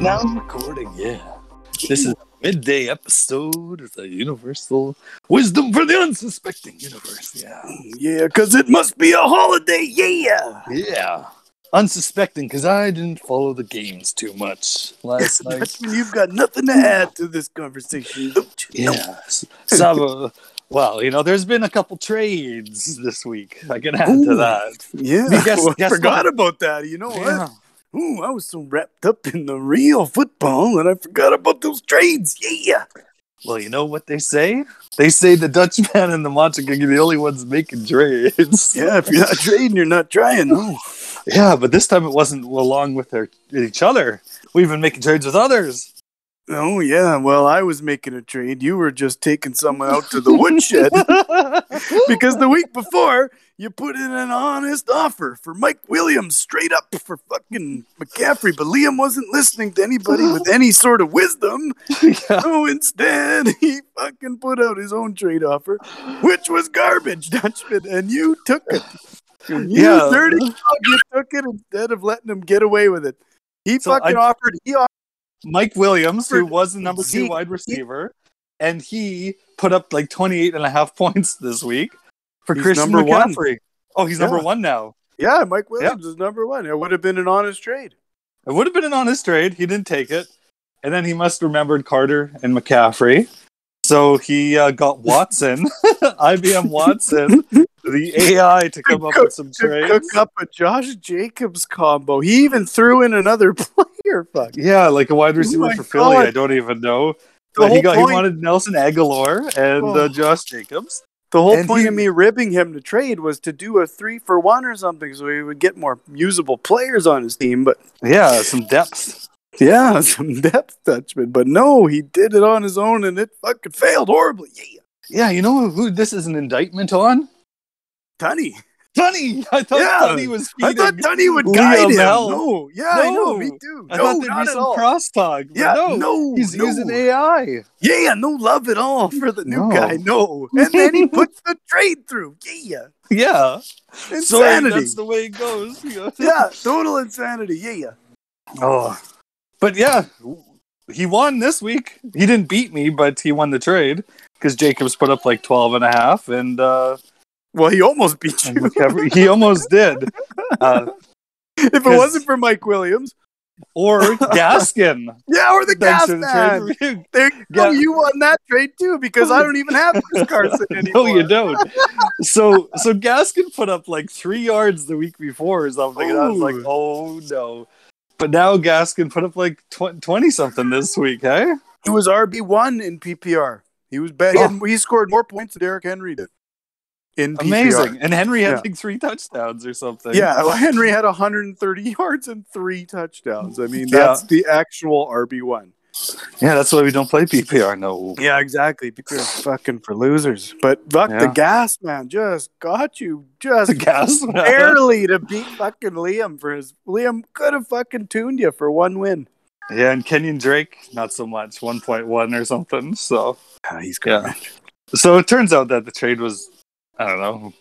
now recording, yeah. This is midday episode of the Universal Wisdom for the Unsuspecting Universe. Yeah. Yeah, because it must be a holiday. Yeah. Yeah. Unsuspecting because I didn't follow the games too much last night. That's- You've got nothing to add to this conversation. don't you? Hmm. yeah. S- Some of, well, you know, there's been a couple trades this week. I can add to Ooh. that. Yeah. You guess- Well, guess forgot about that. You know Yeah. what? Ooh, I was so wrapped up in the real football that I forgot about those trades. Yeah. Well, you know what they say? They say the Dutchman and the Montague are the only ones making trades. Yeah. If you're not trading, you're not trying. Oh, No. Yeah, but this time it wasn't along with their, each other. We've been making trades with others. Oh, yeah. Well, I was making a trade. You were just taking someone out to the woodshed because the week before you put in an honest offer for Mike Williams straight up for fucking McCaffrey, but Liam wasn't listening to anybody with any sort of wisdom. Yeah. So instead, he fucking put out his own trade offer, which was garbage, Dutchman, and you took it. You Yeah. dirty dog, you took it instead of letting him get away with it. He So fucking offered. He offered. Mike Williams, who was the number two Zeke. wide receiver, and he put up like 28 and a half points this week for He's Christian number one. McCaffrey. Oh, he's number Yeah. one now. Yeah, Mike Williams is number one. It would have been an honest trade. It would have been an honest trade. He didn't take it. And then he must remembered Carter and McCaffrey. So he uh, got Watson, IBM Watson, the AI to come up with some to trades. cook up a Josh Jacobs combo. He even threw in another player. Fuck. Yeah, like a wide receiver my for Philly. God. I don't even know. The But he whole got point- he wanted Nelson Aguilar and uh, Oh. Josh Jacobs. The whole And point he- of me ribbing him to trade was to do a three for one or something, so he would get more usable players on his team. But Yeah, some depth. yeah, some depth Dutchman. But no, he did it on his own, and it fucking failed horribly. Yeah, Yeah, you know who this is an indictment on? Tunny. Tunny. I thought Yeah, Tunny was I feeding. thought Tunny would Liam guide him. Bell. No, yeah, I know. No. Me too. I no, thought there'd not be at some all. crosstalk. but Yeah, no. no, He's no. using AI. Yeah, no love at all for the new No. guy. No, and then he puts the trade through. Yeah, Yeah. insanity. Sorry, that's the way it goes. yeah, total insanity. Yeah, yeah. Oh. But yeah, he won this week. He didn't beat me, but he won the trade because Jacobs put up like 12 and a half and uh, Well, he almost beat and you. McCaffrey- he almost did. Uh, if it Because- wasn't for Mike Williams, or Gaskin. yeah, or the Thanks gas to the man. trade review. There you go. Yeah. You won that trade too because I don't even have Chris Carson No, anymore. you don't. so, so Gaskin put up like three yards the week before or something, and I was like, Ooh. oh no. But now Gaskin put up like tw- twenty something this week, hey? He was RB one in PPR. He was bad. He, Oh. had- he scored more points than Derrick Henry did. In PPR. Amazing. And Henry had Yeah. like three touchdowns or something. Yeah, well, Henry had 130 yards and three touchdowns. I mean, Yeah. that's the actual RB one. Yeah, that's why we don't play PPR. No. Yeah, exactly. People are fucking for losers. But fuck the Yeah. gas man just got you just The gas. barely to beat fucking Liam for his Liam could have fucking tuned you for one win. Yeah, and Kenyon Drake, not so much, 1.1 or something. So, he's good, man. so it turns out that the trade was, I don't know.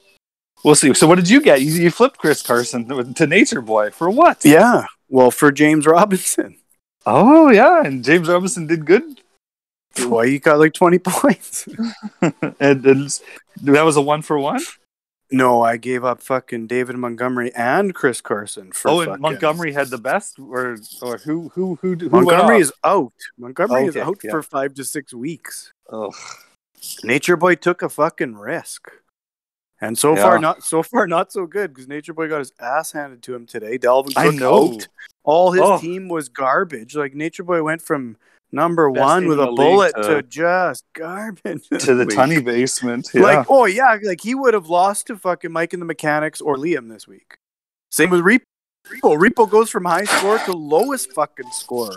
We'll see. So, what did you get? You, you flipped Chris Carson with- to Nature Boy for what? Yeah. Well, for James Robinson. Oh, yeah. And James Robinson did good. Why he got like 20 points? and, and that was a one for one. No, I gave up fucking David Montgomery and Chris Carson for Oh, and fucking- Montgomery had the best, or or who who who, who went Montgomery off? is out. Montgomery is Okay, out yeah. for 5 to 6 weeks. Ugh. Nature Boy took a fucking risk. And so far Yeah. not so far not so good because Nature Boy got his ass handed to him today. Dalvin Cook I know. out. All his Oh. team was garbage. Like Nature Boy went from number Best one team with in a the league bullet to- to, just garbage. To the Like- tunny basement. Yeah. Like, oh yeah, like he would have lost to fucking Mike and the Mechanics or Liam this week. Same with Repo. Repo, Repo goes from high score to lowest fucking score.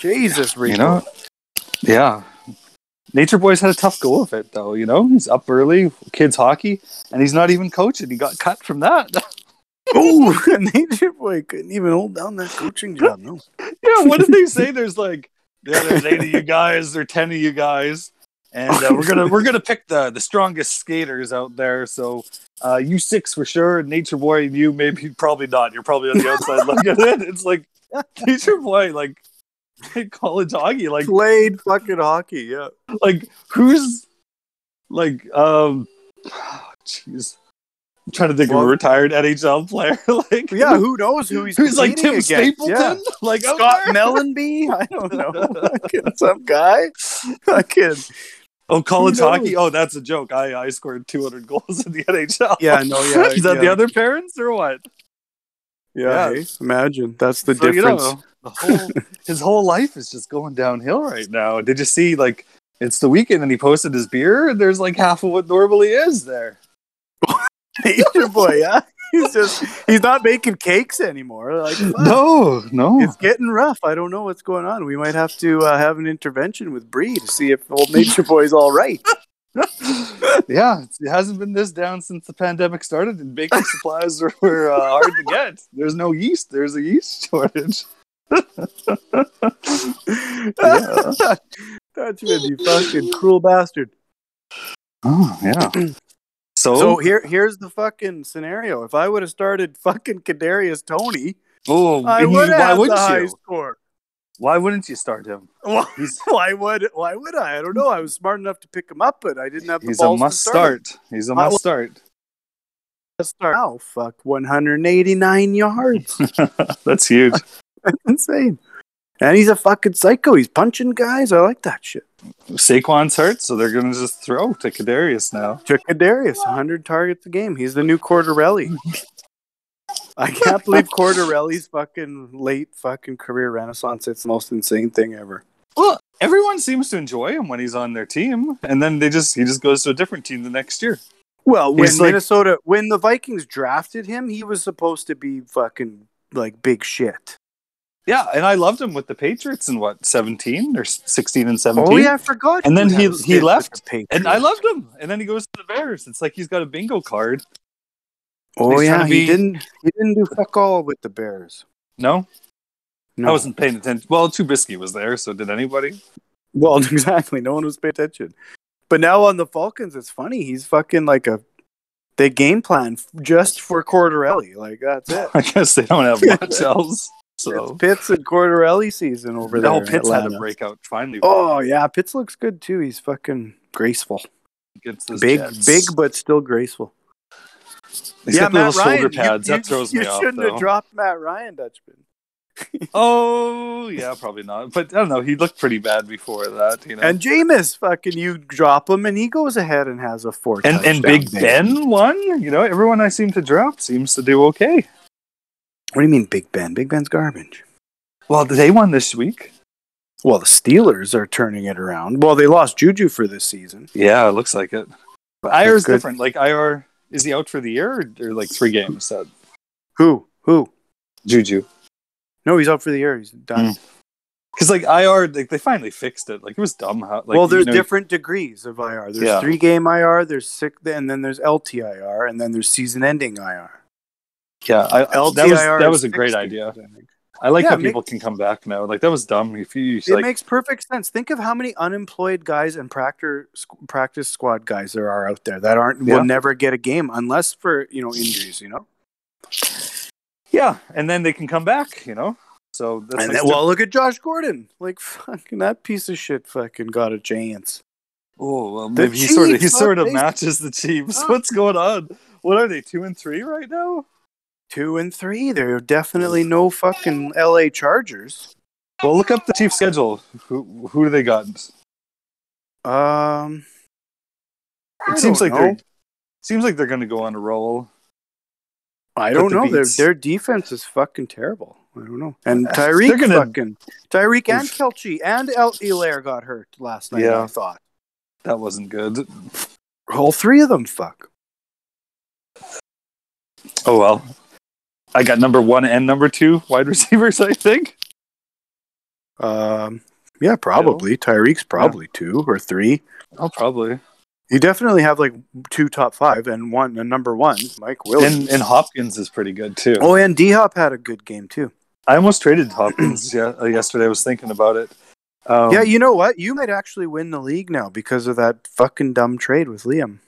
Jesus, Repo. you know. Yeah. Nature Boy's had a tough go of it, though. You know, he's up early, kids hockey, and he's not even coaching. He got cut from that. Oh, Nature Boy couldn't even hold down that coaching job. No. yeah. What did they say? There's like yeah, there's eight of you guys, or ten of you guys, and uh, we're gonna we're gonna pick the the strongest skaters out there. So uh, you six for sure, and Nature Boy and you maybe probably not. You're probably on the outside looking at it. It's like Nature Boy, like played college hockey. Like, Played fucking hockey. Yeah. like who's like um, jeez, I'm trying to think Well- of a retired NHL player. like, Yeah. Who knows who he's who's like Tim competing against? Stapleton? Yeah. Like out Scott there? Mellenby? I don't know. Fucking Some guy. Fucking. Oh, college Who knows? hockey. Oh, that's a joke. I I scored 200 goals in the NHL. Yeah, no, yeah, Is that the yeah. other parents or what? Yeah. Yeah. hey, imagine that's the So, you difference. know, the whole, his whole life is just going downhill right now. Did you see like it's the weekend and he posted his beer and there's like half of what normally is there. Nature boy. Yeah. He's just. He's not making cakes anymore. Like. fuck. No, no. It's getting rough. I don't know what's going on. We might have to uh, have an intervention with Bree to see if old Nature Boy's all right. yeah, it's- it hasn't been this down since the pandemic started, and baking supplies were, were uh, hard to get. There's no yeast. There's a yeast shortage. Yeah. That's with you fucking cruel bastard. Oh yeah. So, So here, here's the fucking scenario. If I would have started fucking Kadarius Tony, oh, I you- would why have the wouldn't you? high score. Why wouldn't you start him? Why, He's- why would why would I? I don't know. I was smart enough to pick him up, but I didn't have the He's a balls to must start. him. start. He's a I will- must start. To start. Oh fuck, 189 yards. That's huge. Insane. And he's a fucking psycho. He's punching guys. I like that shit. Saquon's hurt, so they're gonna just throw to Kadarius now. Took Kadarius, 100 targets a game. He's the new Cordarelli. I can't believe Cordarelli's fucking late fucking career renaissance. It's the most insane thing ever. Well, everyone seems to enjoy him when he's on their team, and then they just he just goes to a different team the next year. Well, when He's like- Minnesota, when the Vikings drafted him, he was supposed to be fucking like big shit. Yeah, and I loved him with the Patriots in what seventeen or sixteen and seventeen. Oh yeah, I forgot. And then he- had a he stint with left, the Patriots. and I loved him. And then he goes to the Bears. It's like he's got a bingo card. Oh he's yeah, trying to he be- didn't. He didn't do fuck all with the Bears. No, No. I wasn't paying attention. Well, Trubisky was there, so did anybody? Well, exactly. No one was paying attention. But now on the Falcons, it's funny. He's fucking like a. They game plan f- just for Cordarelli. Like that's it. I guess they don't have much else. It's So Pitts and Cordarelli season over there. no, in Pitts had a Atlanta. breakout finally Oh yeah, Pitts looks good too. He's fucking graceful, against the big, Jets. big, but still graceful. He's got the little shoulder pads. that throws you me off. shouldn't though. have dropped Matt Ryan, Dutchman. Oh yeah, probably not. But I don't know. He looked pretty bad before that, you know. And Jameis, fucking, you drop him, and he goes ahead and has a four. and, and touchdown Big game. Ben won. You know, everyone I seem to drop seems to do okay. What do you mean, Big Ben? Big Ben's garbage. Well, they won this week. Well, the Steelers are turning it around. Well, they lost Juju for this season. Yeah, it looks like it. But IR's good. different. Like IR is he out for the year or, or like three games? That Who? Who? Juju. No, he's out for the year. He's Hmm. done. Because like IR, like they finally fixed it. Like it was dumb how. Like, well, there's you know, different degrees of IR. There's Yeah. three game IR. There's six, and then there's LTIR, and then there's season ending IR. Yeah, I, LTIR. that was that is was a six great games, idea. I think. I like Yeah, how make- people can come back now. Like that was dumb. If you It like, makes perfect sense. Think of how many unemployed guys and practice practice squad guys there are out there that aren't Yeah. will never get a game unless for you know injuries. You know. yeah, and then they can come back. You know, so that's and like then, well, look at Josh Gordon. Like fucking that piece of shit. Fucking got a chance. Oh well, The maybe he sort of he Chiefs, sort of they- matches the Chiefs. What's going on? What are they two and three right now? Two and three. There are definitely no fucking L.A. Chargers. Well, look up the Chiefs schedule. Who who do they got? It Um, I seems don't like know. they're seems like they're going to go on a roll. I But don't the know. Their Beats- their defense is fucking terrible. I don't know. And They're Tyreek gonna- fucking Tyreek and Oof. Kelchi and El Elair got hurt last night. Yeah. I thought That wasn't good. all three of them. Fuck. Oh well, I got number one and number two wide receivers. I think. Um, yeah, probably Tyreek's probably two or three. Oh, probably. You definitely have like two top five and one a number one. Mike Williams. And and Hopkins is pretty good too. oh, and D Hop had a good game too. I almost traded Hopkins yeah, uh, yesterday. I was thinking about it. Um, yeah, you know what? You might actually win the league now because of that fucking dumb trade with Liam.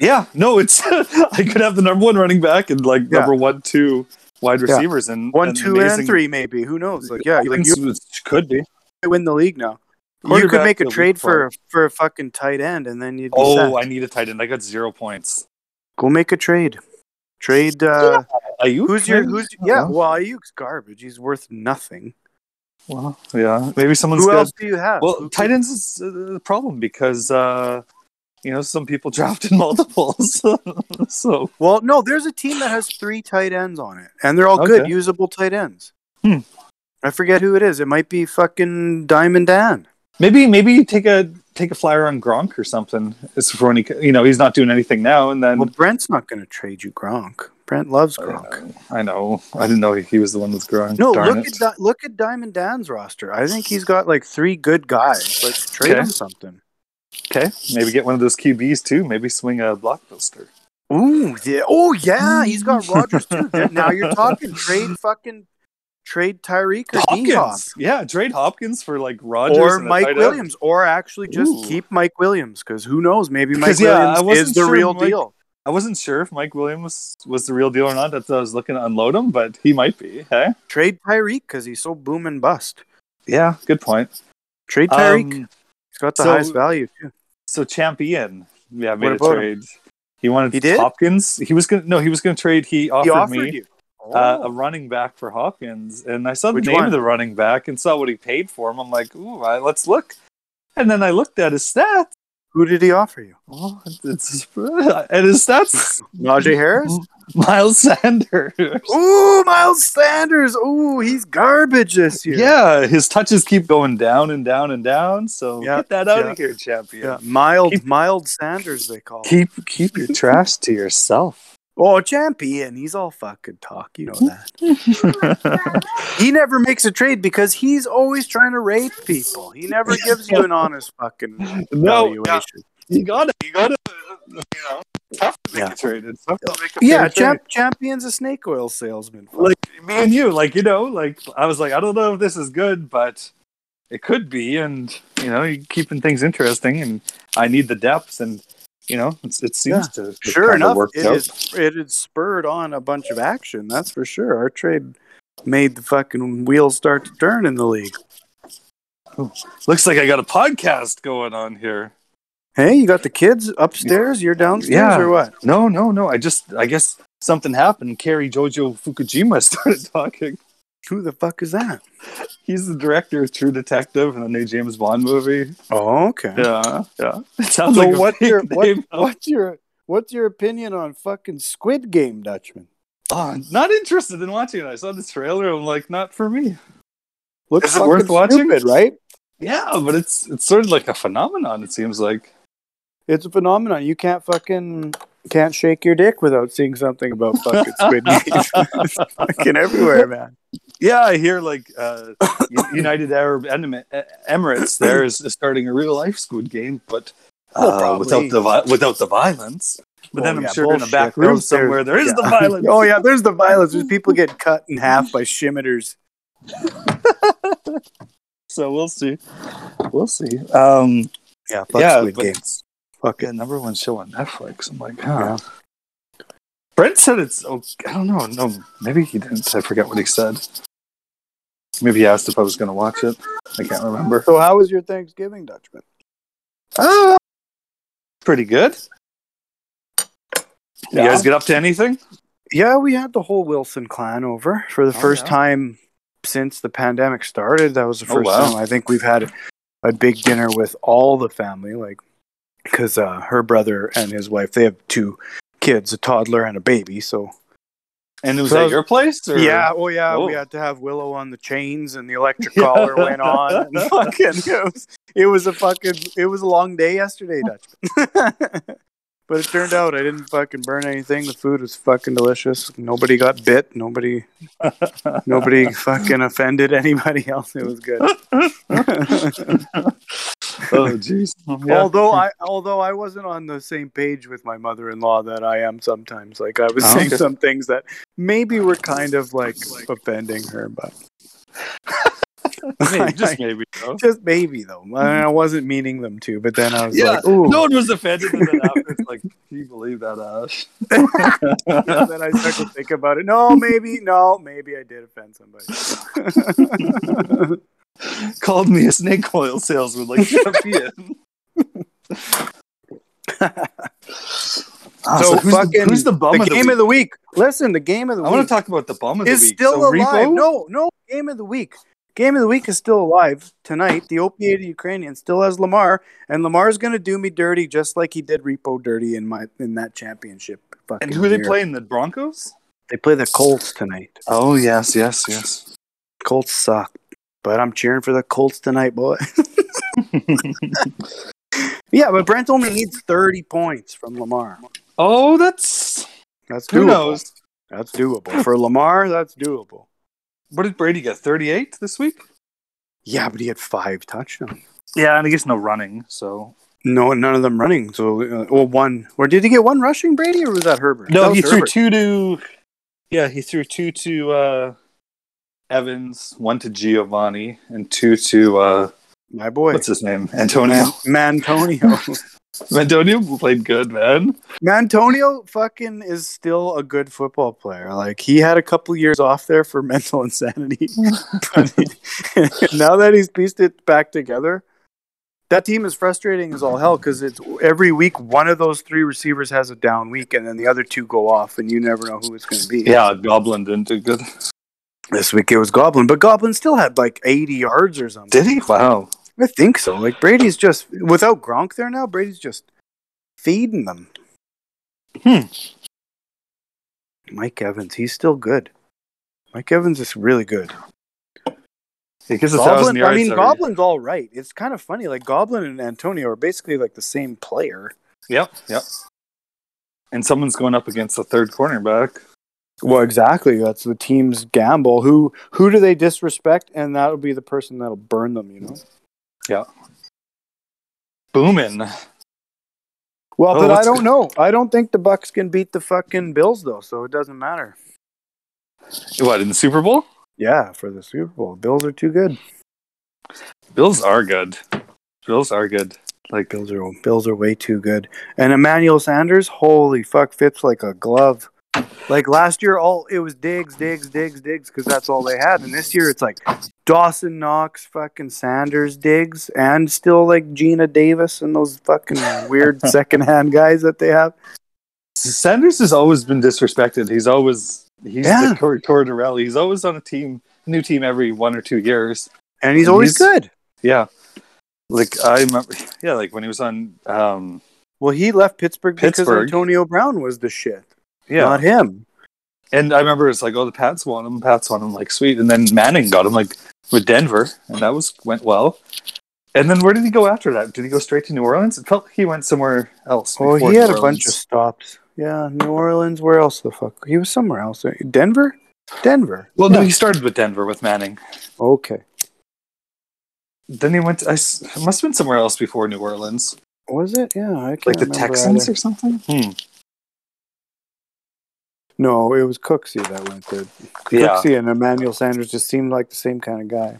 Yeah, no, it's I could have the number one running back and like Yeah. number one, two wide Yeah. receivers and One, and two, amazing- and three, maybe. Who knows? Like, yeah, like you Offense could be. win the league now. You could Quarterback make a the league trade for for a fucking tight end, and then you'd be Oh, set. I need a tight end. I got zero points. go make a trade. Trade. Uh, Are you? Who's your? kidding? Who's yeah? Well, Ayuk's garbage. He's worth nothing. Oh, Well, yeah. Maybe someone's Who got else do you have? Well, Who- tight ends is uh, the problem because uh, you know some people drafted multiples, so Well, no, there's a team that has three tight ends on it, and they're all good, Okay. usable tight ends. Hmm. I forget who it is. It might be fucking Diamond Dan. maybe maybe you take a take a flyer on Gronk or something. It's for when he you know he's not doing anything now, and then Well, Brent's not going to trade you Gronk. Brent loves Oh, Gronk. I know I didn't know he was the one with Gronk. No, Darn look it. at Di- look at Diamond Dan's roster. I think he's got like three good guys. Like trade Okay. him something. okay, maybe get one of those QBs too. Maybe swing a blockbuster. Ooh, yeah. Oh yeah, he's Hmm. got Rogers too. There- now you're talking trade fucking trade Tyreek or D-Hop. Hopkins, yeah, trade Hopkins for like Rogers or and a Mike tight end. Williams, or actually just Ooh. keep Mike Williams because who knows? Maybe Mike 'Cause, yeah, I Williams wasn't is the sure real Mike- deal. I wasn't sure if Mike Williams was the real deal or not. That's why I was looking to unload him, but he might be. Hey, Trade Tyreek because he's so boom and bust. yeah, good point. Trade Tyreek. Um, he's got the so- highest value too. so champion, yeah, What made about a trade. He wanted He did? Hopkins. He was gonna no, he was gonna trade. He offered, he offered me you. uh, Oh. a running back for Hopkins, and I saw the Which name one? of the running back and saw what he paid for him. I'm like, ooh, I, let's look. And then I looked at his stats. who did he offer you? Oh, it's, and his stats, Najee Harris. Miles Sanders. Ooh, Miles Sanders. Ooh, he's garbage this year. Yeah, his touches keep going down and down and down. So Yeah, get that out yeah. of here, champion. Yeah, mild, Keep- mild Sanders they call. him. Keep keep your trash to yourself. oh, champion, he's all fucking talk. You know that. He never makes a trade because he's always trying to rape people. He never gives you an honest fucking No, valuation. yeah. you gotta, you gotta, you know, it's tough to make Yeah. a trade. It's tough to make a Yeah, fair champ, Champion's a snake oil salesman. Like- trade. Me and you, like you know, like I was like, I don't know if this is good, but it could be, and you know, you're keeping things interesting, and I need the depth, and you know, it's, it seems to it sure kinda enough, worked it out. is, it had spurred on a bunch of action. That's for sure. Our trade made the fucking wheels start to turn in the league. Looks like I got a podcast going on here. Hey, you got the kids upstairs? You're downstairs Yeah. or what? No, no, no. I just, I guess something happened. Kerry Jojo Fukujima started talking. Who the fuck is that? He's the director of True Detective and the new James Bond movie. Oh, okay. Yeah, yeah. It sounds So like a what's fake your what, name. what's your what's your opinion on fucking Squid Game, Dutchman? Oh, not interested in watching it. I saw the trailer. I'm like, not for me. Looks Is it fucking worth watching? stupid, right? Yeah, but it's it's sort of like a phenomenon. It seems like. It's a phenomenon. You can't fucking can't shake your dick without seeing something about fucking Squid Game. it's fucking everywhere, man. Yeah, I hear like uh, U- United Arab Enim- E- Emirates there is is starting a real life Squid Game, but Well, uh, probably. without the vi- without the violence. But Oh, then I'm yeah, sure in a bullshit. back room There's- somewhere there is yeah. the violence. Oh yeah, there's the violence. There's people getting cut in half by shimiters. So we'll see. We'll see. Um, Yeah, yeah, but it's Fuck the it. number one show on Netflix. I'm like, huh. Brent said it's. Oh, I don't know. No, maybe he didn't. I forget what he said. Maybe he asked if I was going to watch it. I can't remember. So how was your Thanksgiving, Dutchman? Uh, pretty good. You Yeah. guys get up to anything? Yeah, we had the whole Wilson clan over for the Oh, first yeah. time since the pandemic started. That was the Oh, first wow. time I think we've had a big dinner with all the family, like because uh, her brother and his wife they have two kids, a toddler and a baby. So And it was So- at your place? Or? yeah, oh yeah, we Oh. had to have Willow on the chains, and the electric Yeah. collar went on. And fucking, it was, it was a fucking, it was a long day yesterday, Dutchman. but it turned out I didn't fucking burn anything. The food was fucking delicious. Nobody got bit. Nobody, nobody fucking offended anybody else. It was good. Oh, jeez. Yeah. Although I, although I wasn't on the same page with my mother-in-law that I am sometimes. Like I was Oh, saying okay. some things that maybe were kind of like offending her, but. Maybe, just maybe. though. just maybe though. I, mean, I wasn't meaning them to, but then I was Yeah, like, ooh. No one was offended. And then after, it's like, can you believe that, Ash? And then I started to think about it. No, maybe, no, maybe I did offend somebody. called me a snake oil salesman like Champion. Ah, so who's, fucking the, who's the bum the of the game week? of the week. Listen, the game of the I week want to talk about the bum of is the week. still So alive. Repo? No, no, game of the week. Game of the week is still alive tonight. The opiated Ukrainian still has Lamar, and Lamar's gonna do me dirty just like he did Repo dirty in my in that championship. Fucking And who are they year. playing? The Broncos? They play the Colts tonight. Oh yes, yes, yes. Colts suck, but I'm cheering for the Colts tonight, boy. yeah, but Brent only needs 30 points from Lamar. oh, that's That's who doable. knows. That's doable for Lamar. That's doable. What did Brady get? Thirty-eight this week. Yeah, but he had five touchdowns. Yeah, and I guess no running. So No, none of them running. So, uh, well, one. Or did he get one rushing, Brady, or was that Herbert? no, That was he threw Herbert. two to. Yeah, he threw two to uh, Evans, one to Giovanni, and two to uh, My boy, what's his name, Antonio. Mantonio. Antonio played good, man. Mantonio fucking is still a good football player. Like he had a couple years off there for mental insanity. But now that he's pieced it back together, that team is frustrating as all hell because it's every week one of those three receivers has a down week and then the other two go off and you never know who it's going to be. Yeah, Goblin didn't do good. This week it was Goblin, but Goblin still had like 80 yards or something. he? Wow. I think so. Like Brady's just without Gronk there now. Brady's just feeding them. Hmm. Mike Evans, he's still good. Mike Evans is really good. He gets a thousand Goblin, yards. I mean, every- Goblin's all right. It's kind of funny. Like Goblin and Antonio are basically like the same player. Yep, yep. And someone's going up against the third cornerback. Well, exactly. That's the team's gamble. Who who do they disrespect, and that'll be the person that'll burn them. You know. Booming. Well, Oh, but I what's- don't know. I don't think the Bucks can beat the fucking Bills though, so it doesn't matter. What in the Super Bowl? Yeah, for the Super Bowl, Bills are too good. Bills are good. Bills are good. Like Bills are Bills are way too good. And Emmanuel Sanders, holy fuck, fits like a glove. Like last year, all it was digs, digs, digs, digs, because that's all they had. And this year, it's like Dawson Knox, fucking Sanders, digs, and still like Gina Davis and those fucking weird secondhand guys that they have. Sanders has always been disrespected. He's always he's Yeah. the Tor- Tortorella. He's always on a team, new team every one or two years. And he's always He's- good. Yeah. Like I remember, yeah, like when he was on, um, Well, he left Pittsburgh, because Pittsburgh. Antonio Brown was the shit, yeah, not him. and I remember it's like, oh, the Pats want him, Pats want him, like sweet, and then Manning got him, like with Denver, and that was went well. And then where did he go after that? Did he go straight to New Orleans? It felt like he went somewhere else. Oh, before he had New a bunch of Orleans. stops. Yeah, New Orleans. Where else the fuck? He was somewhere else. Denver? Denver. Well, no, Yeah. he started with Denver with Manning. Okay. Then he went. To, I s- it must have been somewhere else before New Orleans, Was it? Yeah, I can't like the remember Texans either. or something. Hmm. No, it was Cooksey that went there. Yeah, Cooksey and Emmanuel Sanders just seemed like the same kind of guy.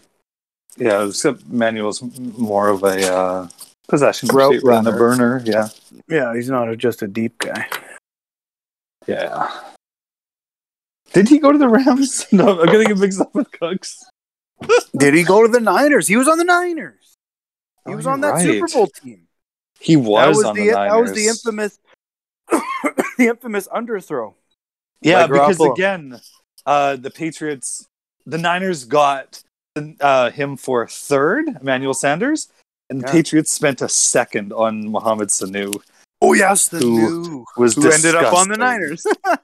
yeah. Except Manuel's m- more of a uh, possession Route receiver and a runner. burner. Yeah, Yeah, he's not a, just a deep guy. yeah. Did he go to the Rams? no, I'm getting it mixed up with Cooks. Did he go to the Niners? He was on the Niners. He Oh, was you're on that right. Super Bowl team. He was, that was on the, the, that was the Niners. infamous the infamous underthrow. Yeah, Like because Garoppolo. again, uh, the Patriots, the Niners got uh, him for third, Emmanuel Sanders, and the Yeah. Patriots spent a second on Mohamed Sanu. Oh yes, the Who new Was who ended up on the disgusting.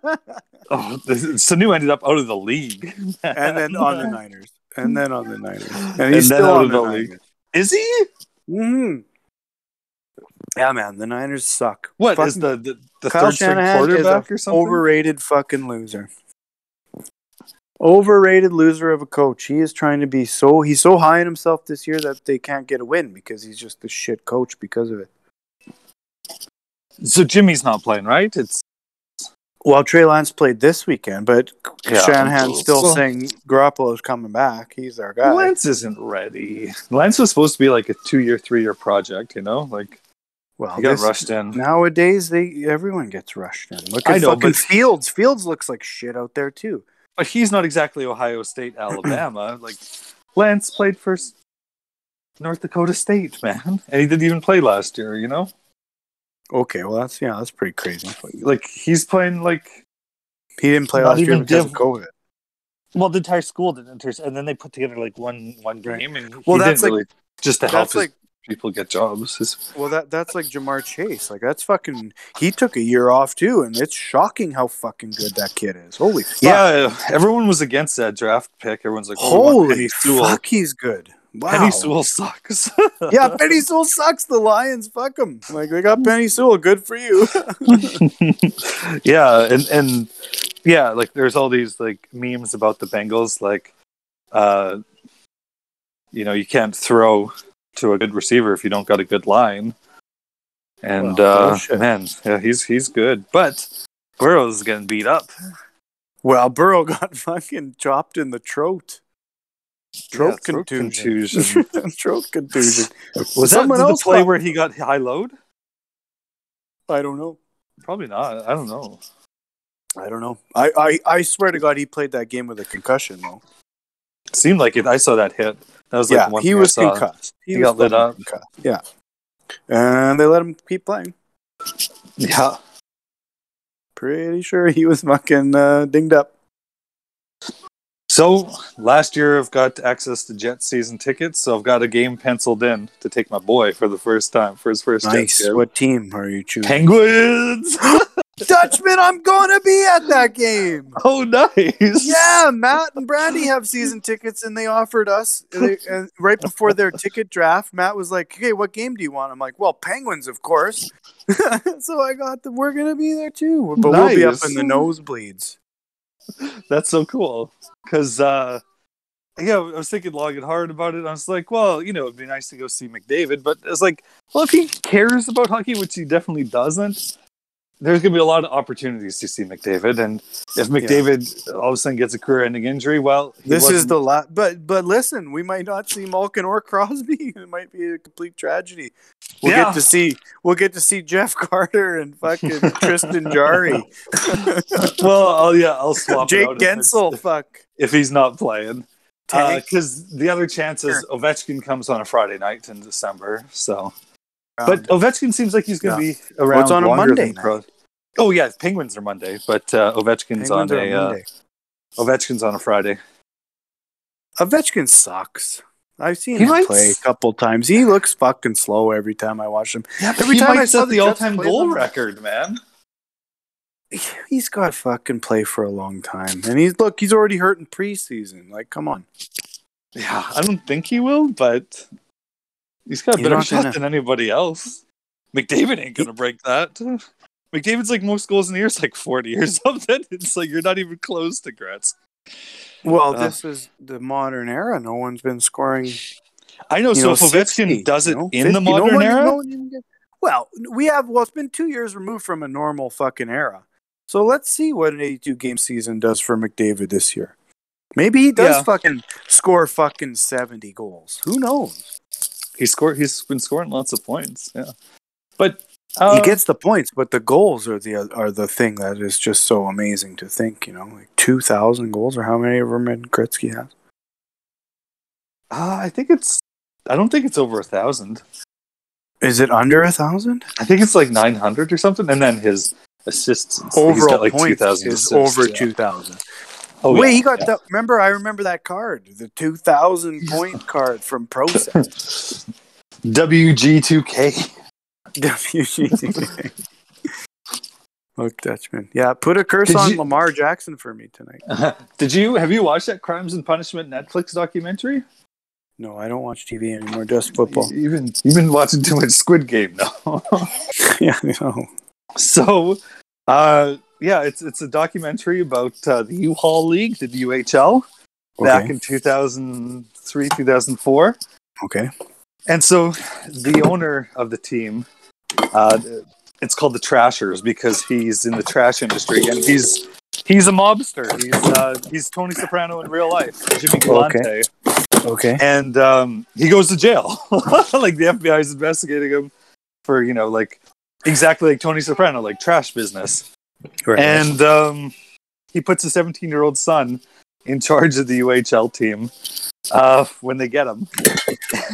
Niners Oh, this- Sanu ended up out of the league, and then on the Niners and then on the Niners and And he's then still out on of the the league. Niners. is he? Mm-hmm. Yeah, man, the Niners suck. What Fucking is the the, the Kyle third string Shanahan is quarterback a or something? Overrated fucking loser. Overrated loser of a coach. He is trying to be so he's so high in himself this year that they can't get a win because he's just the shit coach because of it. so Jimmy's not playing, right? It's Well, Trey Lance played this weekend, but Yeah. Shanahan's still Well- saying Garoppolo's coming back. He's our guy. Lance isn't ready. Lance was supposed to be like a two-year, three-year project, you know? Like Well, he got this- rushed in. nowadays they everyone gets rushed in. Look at I know, fucking but- Fields. Fields looks like shit out there too. but he's not exactly Ohio State, Alabama. like Lance played for North Dakota State, man. And he didn't even play last year, you know? Okay, well that's yeah, that's pretty crazy. Like he's playing like He didn't play Not last year even because of give- COVID. Well, the entire school didn't enter, and then they put together like one one game. And well, Well, he that's didn't like- really just to help That's his like people get jobs. His- well that that's like Jamar Chase. Like that's fucking he took a year off too, and it's shocking how fucking good that kid is. Holy fuck. yeah, everyone was against that draft pick. Everyone's like, oh, we want Holy Penny Sewell. fuck, he's good. Wow. Penny Sewell sucks. yeah, Penny Sewell sucks. The Lions, fuck him. Like they got Penny Sewell. Good for you. yeah, and and yeah, like there's all these like memes about the Bengals, like, uh, you know, you can't throw to a good receiver if you don't got a good line. And Well, oh, uh, bullshit. man, yeah, he's he's good, but Burrow's getting beat up. Well, Burrow got fucking chopped in the throat. Throat Yeah, throat contusion. contusion. throat contusion. Was that Someone the else play got- where he got high load? I don't know. Probably not. I don't know. I don't know. I, I, I swear to God, he played that game with a concussion though. Seemed like it. I saw that hit. That was like yeah, one he thing I was saw. concussed. He was got lit fucking up. concussed. Yeah, and they let him keep playing. Yeah, Pretty sure he was fucking uh, dinged up. So last year I've got access to Jet season tickets, so I've got a game penciled in to take my boy for the first time for his first Jets Nice. game. What team are you choosing? Penguins! Dutchman, I'm going to be at that game. oh, nice! Yeah, Matt and Brandy have season tickets, and they offered us they, and right before their ticket draft. Matt was like, "Okay, what game do you want?" I'm like, "Well, Penguins, of course." so I got them. We're gonna be there too, but we'll be up Nice. in the nosebleeds. That's so cool. Because, uh, yeah, I was thinking long and hard about it. I was like, well, you know, it'd be nice to go see McDavid, but it's like, well, if he cares about hockey, which he definitely doesn't, there's going to be a lot of opportunities to see McDavid. And if McDavid all of a sudden gets a career ending injury, well, he This is wasn't- the lot, but but listen, we might not see Malkin or Crosby. It might be a complete tragedy. We'll Yeah. get to see we'll get to see Jeff Carter and fucking Tristan Jari, well, I'll, yeah, I'll swap it Jake out if it's- Gensel. Fuck. if he's not playing. Tank. Because the other chance is Ovechkin comes on a Friday night in December. So, Um, but Ovechkin seems like he's going to yeah. be around. it's on a longer Monday than night. Cros- Oh yeah, Penguins are Monday, but uh, Ovechkin's Penguins on are a uh, Monday. Ovechkin's on a Friday. Ovechkin sucks. I've seen He him might play s- a couple times. He looks fucking slow every time I watch him. Yeah, Every time I saw the Jets all-time play goal them- record, man. He's got to fucking play for a long time, and he's look. He's already hurt in preseason. Like, come on. Yeah, I don't think he will, but he's got a He's better not shot gonna- than anybody else. McDavid ain't gonna break that. McDavid's like most goals in the year is like forty or something. It's like you're not even close to Gretz. Well, Uh, this is the modern era. No one's been scoring I know. you so know, if Ovechkin 60, does it you know, in 50, the no modern one- era, no one even gets- well, we have well, it's been two years removed from a normal fucking era. So let's see what an 82 game season does for McDavid this year. Maybe he does Yeah. fucking score fucking 70 goals. Who knows? he scored. He's been scoring lots of points. Yeah, but uh, he gets the points, but the goals are the are the thing that is just so amazing to think. You know, like 2,000 goals or how many of them did Gretzky has? uh, I think it's. I don't think it's over a thousand. Is it under a thousand? I think it's like nine hundred or something. And then his assists. he's Overall got like two points thousand is over 2,000. Oh, Wait, yeah, he got yeah. that. Remember, I remember that card, the 2000 point card from Process. WG two K. WGT. Look, Dutchman. Yeah, put a curse Did on you- Uh. Lamar Jackson for me tonight. Did you have you watched that Crimes and Punishment Netflix documentary? No, I don't watch TV anymore, just football. You've been you've been watching too much Squid Game now. yeah, no. so, uh, yeah, it's it's a documentary about uh, the U-Haul League, the UHL, back Okay. in two thousand three, two thousand four. okay. And so the owner of the team, uh, it's called the Trashers because he's in the trash industry and he's he's a mobster. He's uh, he's Tony Soprano in real life, Jimmy Galante, Okay. Okay. and um, he goes to jail. like the FBI is investigating him for you know like exactly like Tony Soprano, like trash business and um, he puts a 17 year old son in charge of the UHL team uh, when they get him.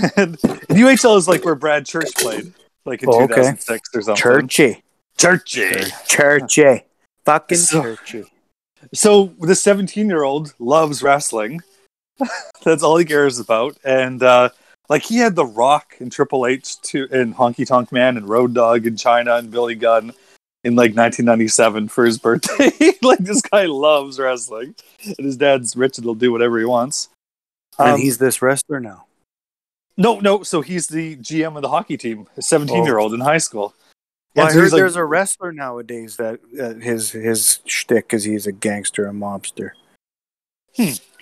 and UHL is like where Brad Church played, like in Oh, okay. 2006 or something. Churchy. Churchy. Churchy. Fucking So- churchy. So the 17 year old loves wrestling. That's all he cares about. And uh, like he had The Rock and Triple H to, and Honky Tonk Man and Road Dog and China and Billy Gunn in like 1997 for his birthday. like this guy loves wrestling. And his dad's rich and he'll do whatever he wants. Um, and he's this wrestler now. no, no. So he's the GM of the hockey team, a 17 year old in high school. Oh. Well, And I so heard he's like- there's a wrestler nowadays that uh, his his shtick is he's a gangster and mobster.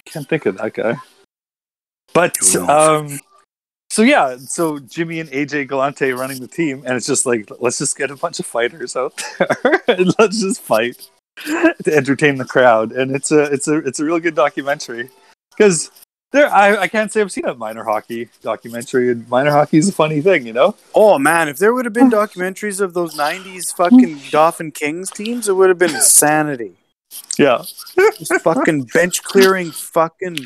can't think of that guy. But Who knows? um, so yeah, so Jimmy and AJ Galante running the team, and it's just like let's just get a bunch of fighters out there and let's just fight to entertain the crowd, and it's a it's a it's a real good documentary because there I, I can't say I've seen a minor hockey documentary, and minor hockey is a funny thing, you know. Oh man, if there would have been documentaries of those '90s fucking Dolphin Kings teams, it would have been insanity. Yeah, Just fucking bench clearing, fucking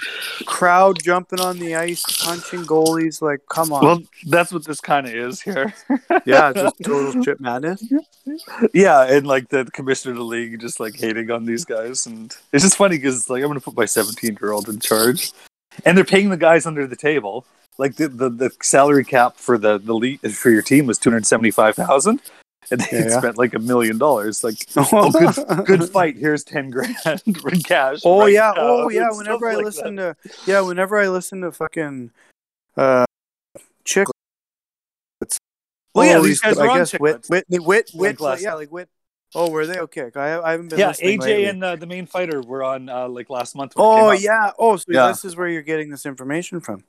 crowd jumping on the ice, punching goalies. Like, come on, well that's what this kind of is here. yeah, just total shit madness. Yeah, and like the commissioner of the league just like hating on these guys, and it's just funny because like I'm gonna put my 17 year old in charge, and they're paying the guys under the table. Like the the, the salary cap for the the league for your team was 275 thousand, and they had Yeah. spent like a million dollars. Like oh, good good fight. Here's 10 grand in cash. Oh right yeah, now, oh yeah. and stuff Whenever I like listen to yeah, whenever I listen to fucking uh, chick. It's, Well, yeah, oh, these guys he's- were I on guess Chick Whit, Whitney, Whit, Whit, last yeah, like Whit. Oh, were they okay? I, I haven't that. been. yeah, listening AJ lately. and uh, the main fighter were on uh, like last month. when it Oh came out. yeah. Oh, so Yeah. this is where you're getting this information from.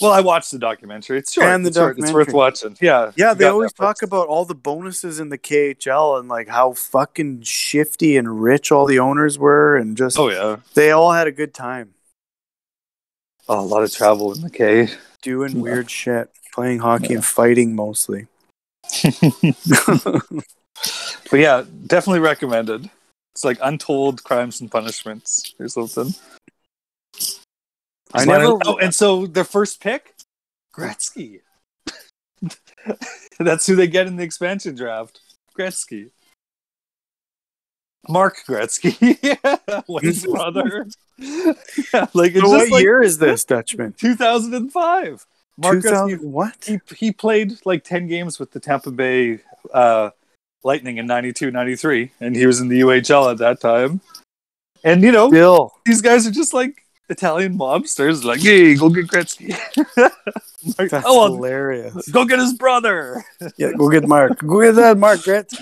Well, I watched the documentary. It's short. And the it's, short. it's worth documentary. watching. Yeah, Yeah, they Got always Netflix. talk about all the bonuses in the KHL and like how fucking shifty and rich all the owners were, and just Oh yeah. they all had a good time Oh, a lot of travel in the K. doing Yeah. weird shit, playing hockey and fighting mostly. But yeah, definitely recommended. It's like Untold Crimes and Punishments or something. I never- Oh, and so their first pick, Gretzky. That's who they get in the expansion draft. Gretzky. Mark Gretzky. yeah, Wayne's brother. yeah, like it's So just what like year is this, Dutchman? 2005. Mark Gretzky 2000 what? he he played like 10 games with the Tampa Bay uh, Lightning in 92 93 and he was in the UHL at that time. And you know, Bill. these guys are just like Italian mobsters like, "Hey, go get Gretzky." Like, That's oh, well, hilarious. go get his brother. Yeah, go get Mark. Go get that Mark Gretzky.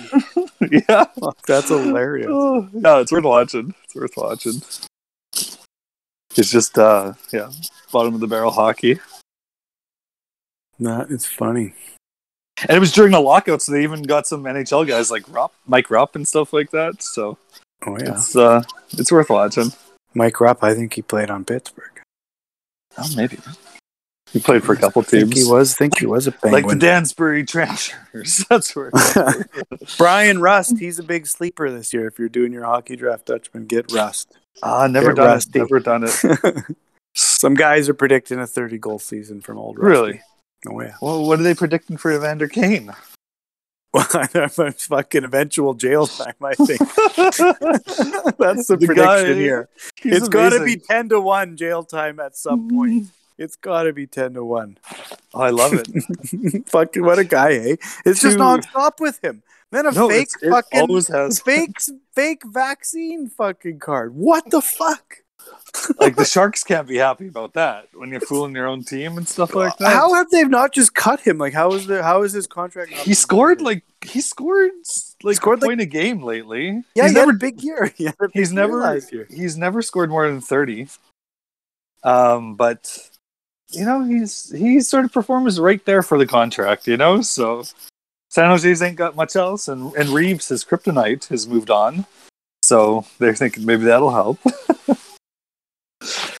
yeah. That's hilarious. Oh, no, it's worth watching. It's worth watching. It's just uh yeah, bottom of the barrel hockey. That is funny. And it was during the lockout, so they even got some NHL guys like Rupp, Mike Rupp and stuff like that. So Oh yeah, It's uh, it's worth watching. Mike Rupp. I think he played on Pittsburgh. Oh, maybe he played for a couple I think teams, he was. Think he was a like penguin. the Dansbury Trashers. That's where. Brian Rust, he's a big sleeper this year. If you're doing your hockey draft, Dutchman, get Rust. Ah, never Get done rusty. it. Never done it. Some guys are predicting a 30 goal season from old Rusty. Really? Oh yeah. Well, what are they predicting for Evander Kane? Well, my fucking eventual jail time. I think that's the, The prediction guy- here. It's got to be 10 to 1 jail time at some point. Mm-hmm. It's got to be 10 to 1. Oh, I love it. fucking what a guy, eh? It's just Dude. nonstop with him. Then a No, fake it's- it fucking always has. fake fake vaccine fucking card. What the fuck? Like the Sharks can't be happy about that when you're fooling your own team and stuff like that. How have they not just cut him? Like how is the how is his contract? Not he scored like he scored like Scored, scored like- point a game lately. yeah, he's he had never a big year. He had a big he's year never last year. he's never scored more than 30 um but you know he's he sort of performs right there for the contract you know so san jose's ain't got much else and and reeves his kryptonite has moved on so they're thinking maybe that'll help but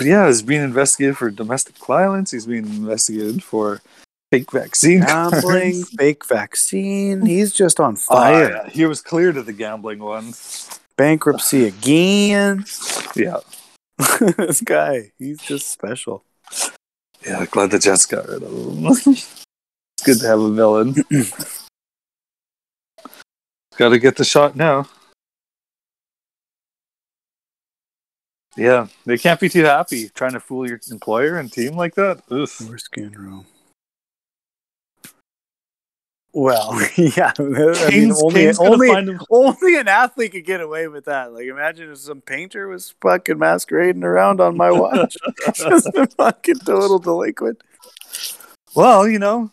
yeah he's being investigated for domestic violence he's being investigated for fake vaccine Gambling, cards. fake vaccine. He's just on Ah, fire. yeah, he was cleared of the gambling one Bankruptcy again. yeah this guy, he's just special. Yeah, glad the Jets got rid of him. it's good to have a villain. got to get the shot now. Yeah, they can't be too happy trying to fool your employer and team like that. Oof. Foreskin row. Well, yeah. I mean, Kane's- only, Kane's gonna only, find him- only an athlete could get away with that. Like, imagine if some painter was fucking masquerading around on my watch. just a fucking total delinquent. Well, you know,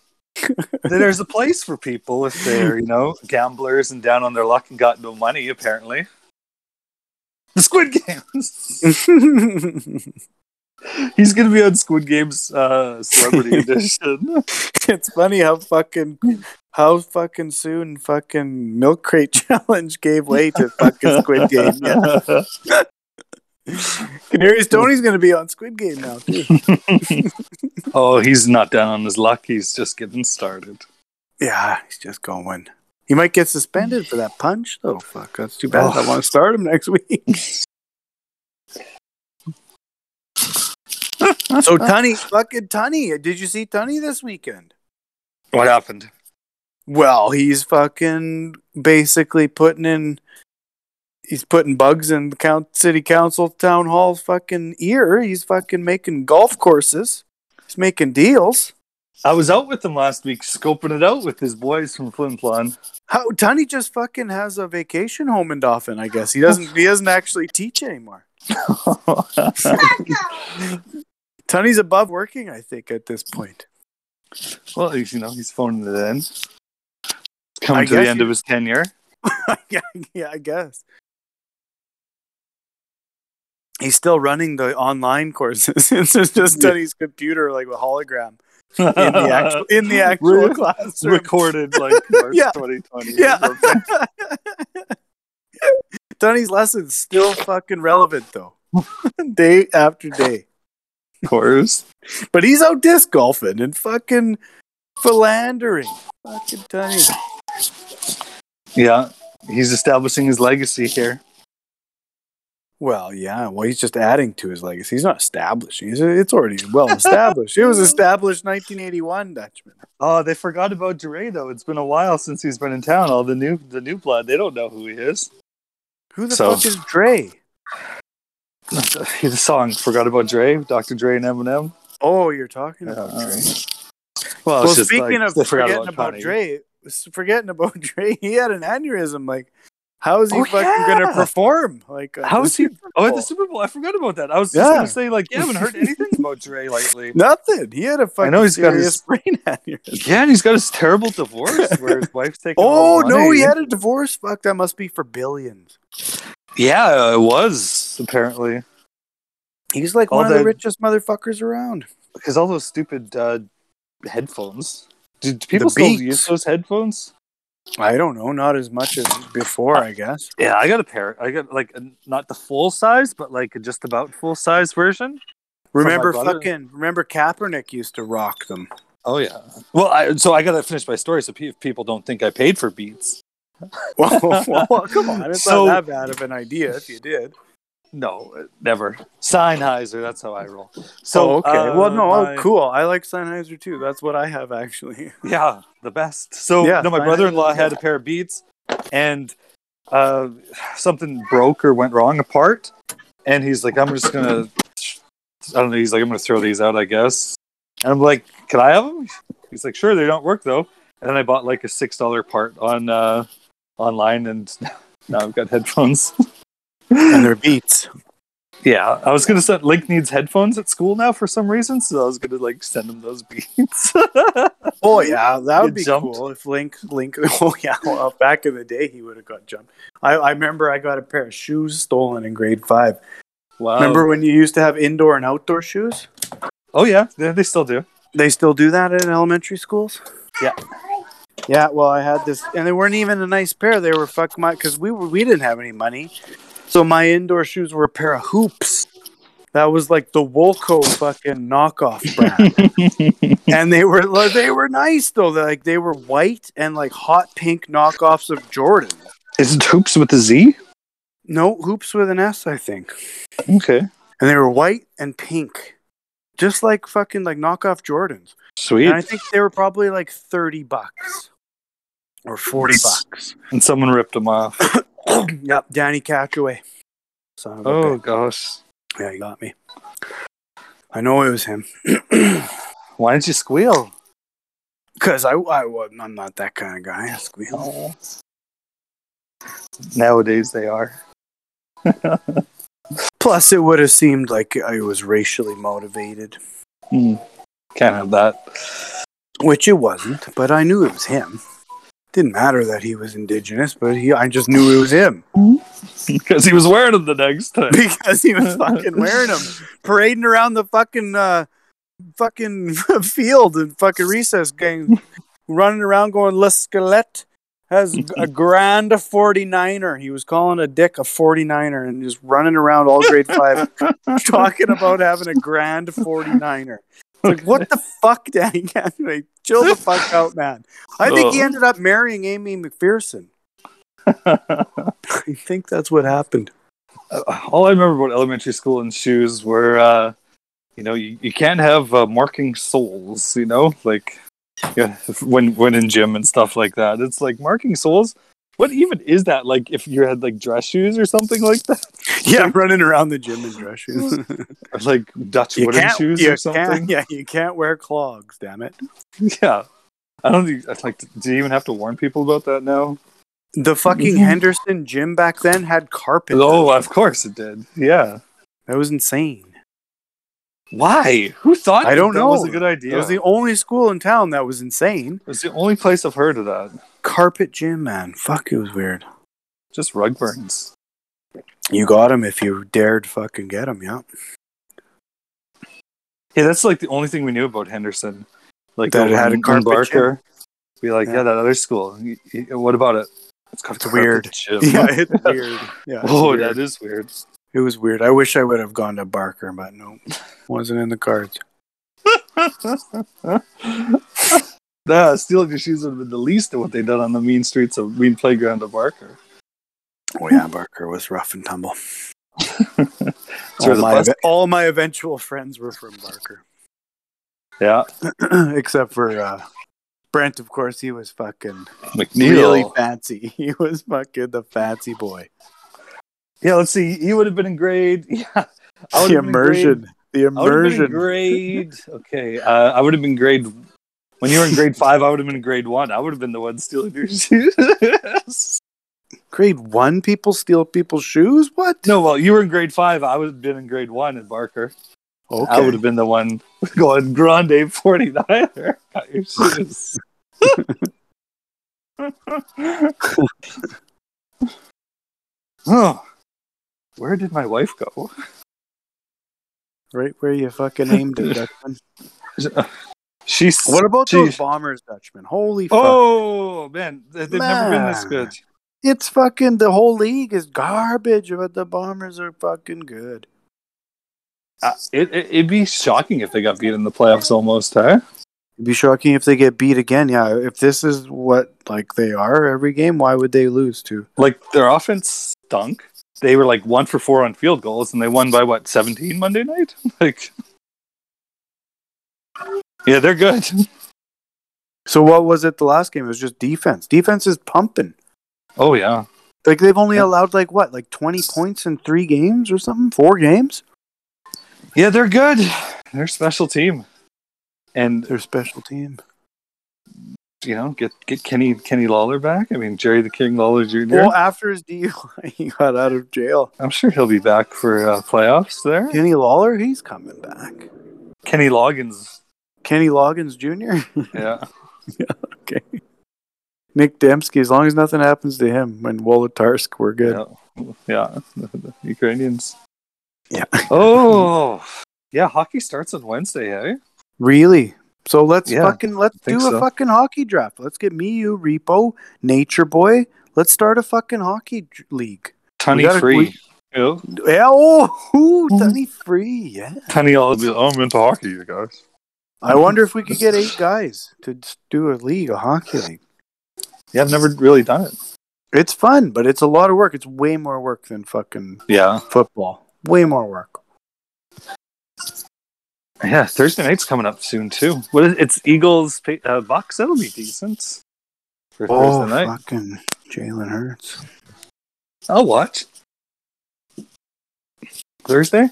there's a place for people if they're, you know, gamblers and down on their luck and got no money, apparently. The Squid Games. it's He's going to be on Squid Games uh, Celebrity Edition. funny how fucking how fucking soon fucking milk crate challenge gave way to fucking Squid Game. Yeah. Canaries Tony's gonna be on Squid Game now too. Oh, he's not down on his luck. He's just getting started. Yeah, he's just going. He might get suspended for that punch, though. Fuck, that's too bad. Oh. I want to start him next week. so Tunny, fucking Tunny, did you see Tunny this weekend? What happened? Well, he's fucking basically putting in. He's putting bugs in the count, city council town hall's fucking ear. He's fucking making golf courses. He's making deals. I was out with him last week, scoping it out with his boys from Flin Flon. How Tony just fucking has a vacation home in Dauphin, I guess. He doesn't he doesn't actually teach anymore. Tony's above working, I think, at this point. well, he's, you know, he's phoning it in. Coming I to the guess end you- of his tenure. yeah, yeah, I guess. He's still running the online courses. it's just, just Tony's computer like with hologram in in the actual in the actual Really? classroom. recorded like March Yeah. 2020. or Yeah. something. Tony's lessons still fucking relevant though. day after day. Of course. But he's out disc golfing and fucking philandering. Fucking Tony. Yeah. He's establishing his legacy here. Well, yeah. Well, he's just adding to his legacy. He's not establishing. He's, it's already well established. it was established 1981, Dutchman. Oh, they forgot about Duray though. It's been a while since he's been in town. All the new the new blood, they don't know who he is. Who the So- fuck is Dre? His song "Forgot About Dre," Dr. Dre and Eminem. Oh, you're talking about Uh, Dre. Well, Well, it's just speaking like, they of forgot forgetting about, Connie. Dre, forgetting about Dre, he had an aneurysm. Like, how is he Oh, fucking yeah. gonna perform? Like, uh, How this is he? Super Oh, at Bowl? the Super Bowl, I forgot about that. I was Yeah. just gonna say like, you haven't heard anything about Dre lately. Nothing. He had a fucking. I know he's got serious his- brain aneurysm. Yeah, and he's got his terrible divorce where his wife's taking. all Oh the no, money. he had a divorce. Fuck, that must be for billions. Yeah, it was apparently. He's like All one of the- the richest motherfuckers around. because all those stupid uh, headphones. Do, do people The still Beats. use those headphones? I don't know, not as much as before, I guess. Yeah, I got a pair. I got like a- not the full size, but like a just about full size version. Remember brother. fucking remember Kaepernick used to rock them. Oh yeah. Well, I, so I gotta finish my story so pe- if people don't think I paid for Beats. Well, well, come on, it's So- not that bad of an idea if you did. No, never. Sennheiser. That's how I roll. So oh, okay. uh, well, no, oh, my- cool. I like Sennheiser too. That's what I have actually. Yeah, the best. So Yeah, no, my fine. brother-in-law had a pair of beats, and uh, something broke or went wrong apart, and he's like, "I'm just gonna," I don't know. He's like, "I'm gonna throw these out, I guess." And I'm like, "Can I have them?" He's like, "Sure, they don't work though." And then I bought like a six dollar part on uh, online, and now I've got headphones. And they're beats. yeah, I was gonna send Link needs headphones at school now for some reason, so I was gonna like send him those beats. Oh yeah, that would You be jumped. cool if Link Link. Oh yeah, well, back in the day he would have got jumped. I, I remember I got a pair of shoes stolen in grade five. wow. Remember when you used to have indoor and outdoor shoes? Oh yeah, they, they still do. They still do that in elementary schools? Yeah. Yeah, well, I had this, and they weren't even a nice pair. They were fuck my, because we were we didn't have any money, so my indoor shoes were a pair of hoops. That was like the Woolco fucking knockoff brand, and they were like, they were nice though. They're, like they were white and like hot pink knockoffs of Jordan. Is it hoops with a Z? No hoops with an S, I think. Okay. and they were white and pink, just like fucking like knockoff Jordans. Sweet. And I think they were probably like thirty bucks or forty bucks. And someone ripped him off. yep, Danny Catchaway. Son of a Oh bitch. gosh. yeah, he got me. I know it was him Why didn't you squeal? because I, I wa- I'm not that kind of guy. I squeal. Nowadays they are. Plus, it would have seemed like I was racially motivated, Hmm. Can't have that. which it wasn't. But I knew it was him. Didn't matter that he was indigenous, but he, I just knew it was him. Because he was wearing them the next time. because he was fucking wearing them, parading around the fucking uh, fucking field and fucking recess game, running around going Le Skelet has a grand 49er. He was calling a dick a 49er and just running around all grade five talking about having a grand 49er. It's like what the fuck, Danny Catway? Chill the fuck out, man. I think he Ugh. ended up marrying Amy McPherson. I think that's what happened. All I remember about elementary school and shoes were, uh, you know, you, you can't have uh, marking soles, you know, like yeah, when when in gym and stuff like that. It's like marking soles. What even is that? Like if you had like dress shoes or something like that, Yeah, running around the gym in dress shoes. or like Dutch wooden shoes you or something. Can't, yeah, you can't wear clogs, damn it. Yeah. I don't think that's like do you even have to warn people about that now? The fucking Henderson gym back then had carpet. Oh, of course it did. Yeah. That was insane. Why? Who thought I don't that know. was a good idea? That was the only school in town that was insane. it was the only place I've heard of that. Carpet gym, man. Fuck, it was weird. Just rug burns. You got him if you dared fucking get him, yeah. Yeah, that's like the only thing we knew about Henderson. Like That the it had a one- carpet Barker. We like, Yeah. yeah. that other school. Y- y- What about it? It's got It's a carpet weird. gym. Yeah, it's weird. Yeah, it's Oh, weird. that is weird. It was weird. I wish I would have gone to Barker, but no, wasn't in the cards. nah, stealing your shoes would have been the least of what they done on the mean streets of mean playground of Barker. Oh yeah, Barker was rough and tumble. where all, the my bus- ev- all my eventual friends were from Barker. Yeah, except for uh, Brent. Of course, he was fucking McNeil. really fancy. He was fucking the fancy boy. Yeah, let's see. He would have been in grade. Yeah, I would The have been in grade- immersion. The I would have been in immersion. grade. Okay, uh, I would have been grade. When you were in grade five, I would have been in grade one. I would have been the one stealing your shoes. Grade one people steal people's shoes. What? no, well, you were in grade five. I would have been in grade one at Barker. Okay. I would have been the one going grande forty nine. Got your shoes. oh, where did my wife go? right where you fucking aimed it, Dutchman. She's What about Jeez. those bombers, Dutchman? Holy fuck! Oh man, they- they've never been this Man. good. It's fucking the whole league is garbage, but the bombers are fucking good. Uh, it, it, it'd be shocking if they got beat in the playoffs almost, huh? It'd be shocking if they get beat again. Yeah, if this is what like they are every game, why would they lose to? Like their offense stunk. They were like one for four on field goals, and they won by what seventeen Monday night. Like, yeah, they're good. So what was it the last game? It was just defense. Defense is pumping. Oh yeah, Like they've only Yeah. allowed like what, like twenty points in three games or something? Four games? yeah, they're good. They're a special team, and Their special team. you know, get get Kenny Kenny Lawler back. I mean, Jerry the King Lawler Jr. Well, after his deal, he got out of jail. I'm sure he'll be back for uh, playoffs there. Kenny Lawler, he's coming back. Kenny Loggins. Kenny Loggins Jr. Yeah. okay. Nick Dembski, as long as nothing happens to him and Wolodarsk, we're good. Yeah. The Ukrainians. Yeah. Oh. Yeah, hockey starts on Wednesday, eh? Really? So let's Yeah, fucking let's do think a so. fucking hockey draft. Let's get me, you, Repo, Nature Boy. Let's start a fucking hockey j- league. Tunny We gotta- free. we- you know? Yeah, oh, ooh, dummy free. Yeah. Tunny all I'm into hockey, you guys. I wonder if we could get eight guys to s- do a league, a hockey league. Yeah, I've never really done it. It's fun, but it's a lot of work. It's way more work than fucking Yeah. football. Way more work. Yeah, Thursday night's coming up soon too. What is it's Eagles Pa- uh, Bucks? That'll be decent for Oh, Thursday night. fucking Jalen Hurts. I'll watch Thursday.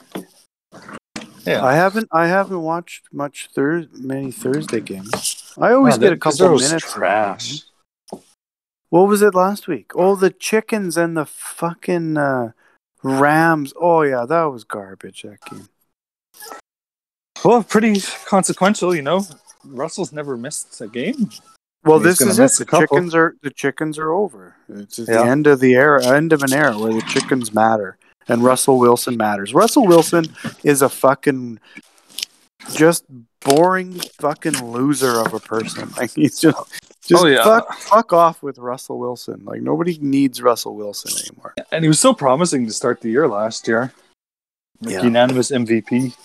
Yeah. I haven't. I haven't watched much Thurs many Thursday games. I always Wow, get a that- those are couple all of minutes. Oh, Trash. What was it last week? Oh, the chickens and the fucking uh, Rams. Oh yeah, that was garbage. That game. Well, pretty consequential, you know. Russell's never missed a game. Well, He's this gonna is it. miss a The couple. chickens are the chickens are over. It's it's Yeah. the end of the era, end of an era where the chickens matter and Russell Wilson matters. Russell Wilson is a fucking just boring fucking loser of a person. Like he's just just Oh, yeah. fuck fuck off with Russell Wilson. Like nobody needs Russell Wilson anymore. And he was so promising to start the year last year. Like, Yeah. Unanimous MVP.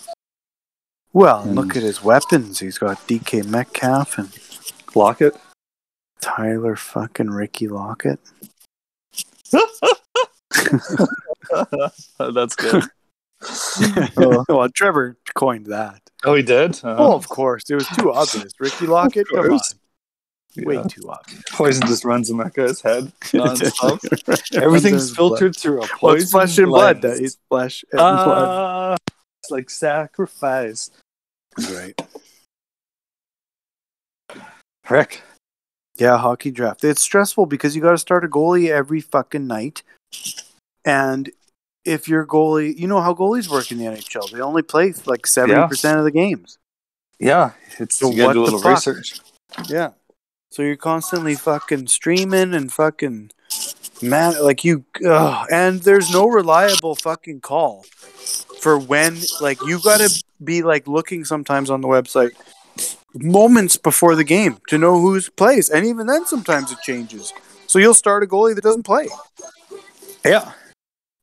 Well, Mm. look at his weapons. He's got DK Metcalf and Lockett. Tyler fucking Ricky Lockett. That's good. oh. well, Trevor coined that. oh, he did? Uh, Oh, of course. It was too obvious. Ricky Lockett, Of come on. course. Way yeah. too obvious. Poison just runs in that guy's head. nonstop. Everything's filtered through a poison Well, it's flesh and blood. That lens. is flesh and blood. Ah, it's like sacrifice. Right. Rick. Yeah, hockey draft. It's stressful because you got to start a goalie every fucking night. And if your goalie, you know how goalies work in the NHL. They only play like 70% of the games. Yeah, it's So you gotta what do a the little fuck? research. Yeah. So you're constantly fucking streaming and fucking man, like you, ugh. and there's no reliable fucking call for when, like, you gotta be like looking sometimes on the website moments before the game to know who's plays, and even then sometimes it changes. So you'll start a goalie that doesn't play. Yeah,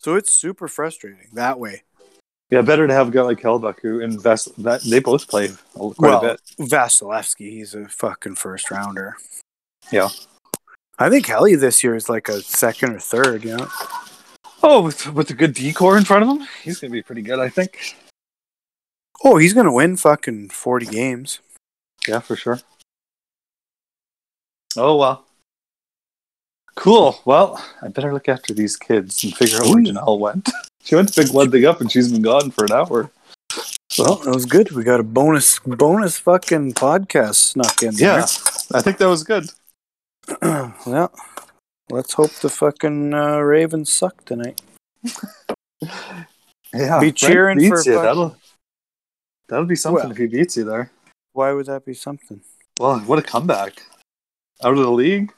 So it's super frustrating that way. yeah. Better to have a guy like Hellebuck who invests. That they both play quite a well, bit. Vasilevsky, he's a fucking first rounder. Yeah. I think Helly this year is like a second or third, you know? Oh, with, with a good decor in front of him, he's gonna be pretty good, I think. Oh, he's gonna win fucking forty games. Yeah, for sure. Oh well. Cool. Well, I better look after these kids and figure out where Janelle went. She went to pick one thing up, and she's been gone for an hour. Well, that was good. We got a bonus bonus fucking podcast snuck in there. I think that was good. Yeah. well, let's hope the fucking uh, Ravens suck tonight. Yeah, Be Frank cheering beats for you. fucking- That'll that'll be something Well. if he beats you there. Why would that be something? Well, what a comeback out of the league,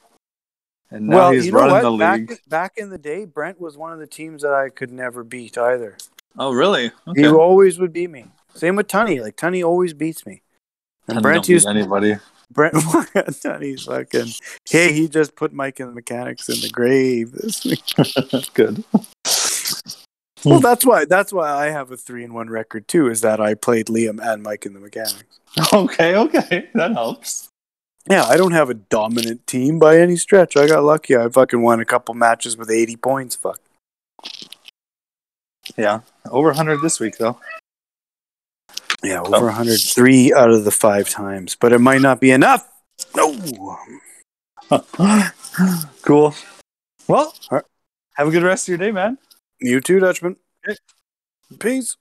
and now he's running the league. Back, back in the day, Brent was one of the teams that I could never beat either. Oh, really? Okay. He always would beat me. Same with Tunney. Like Tunney always beats me. And Brent used anybody. Brent Tunney's fucking. Hey, he just put Mike and the mechanics in the grave this week. That's good. Well, that's why that's why I have a three and one record too. Is that I played Liam and Mike in the Mechanics. Okay, okay, that helps. Yeah, I don't have a dominant team by any stretch. I got lucky. I fucking won a couple matches with eighty points. Fuck. Yeah, over 100 this week though. Yeah, over hundred three out of the five times, but it might not be enough. No. cool. Well, All right. have a good rest of your day, man. You too, Dutchman. Peace.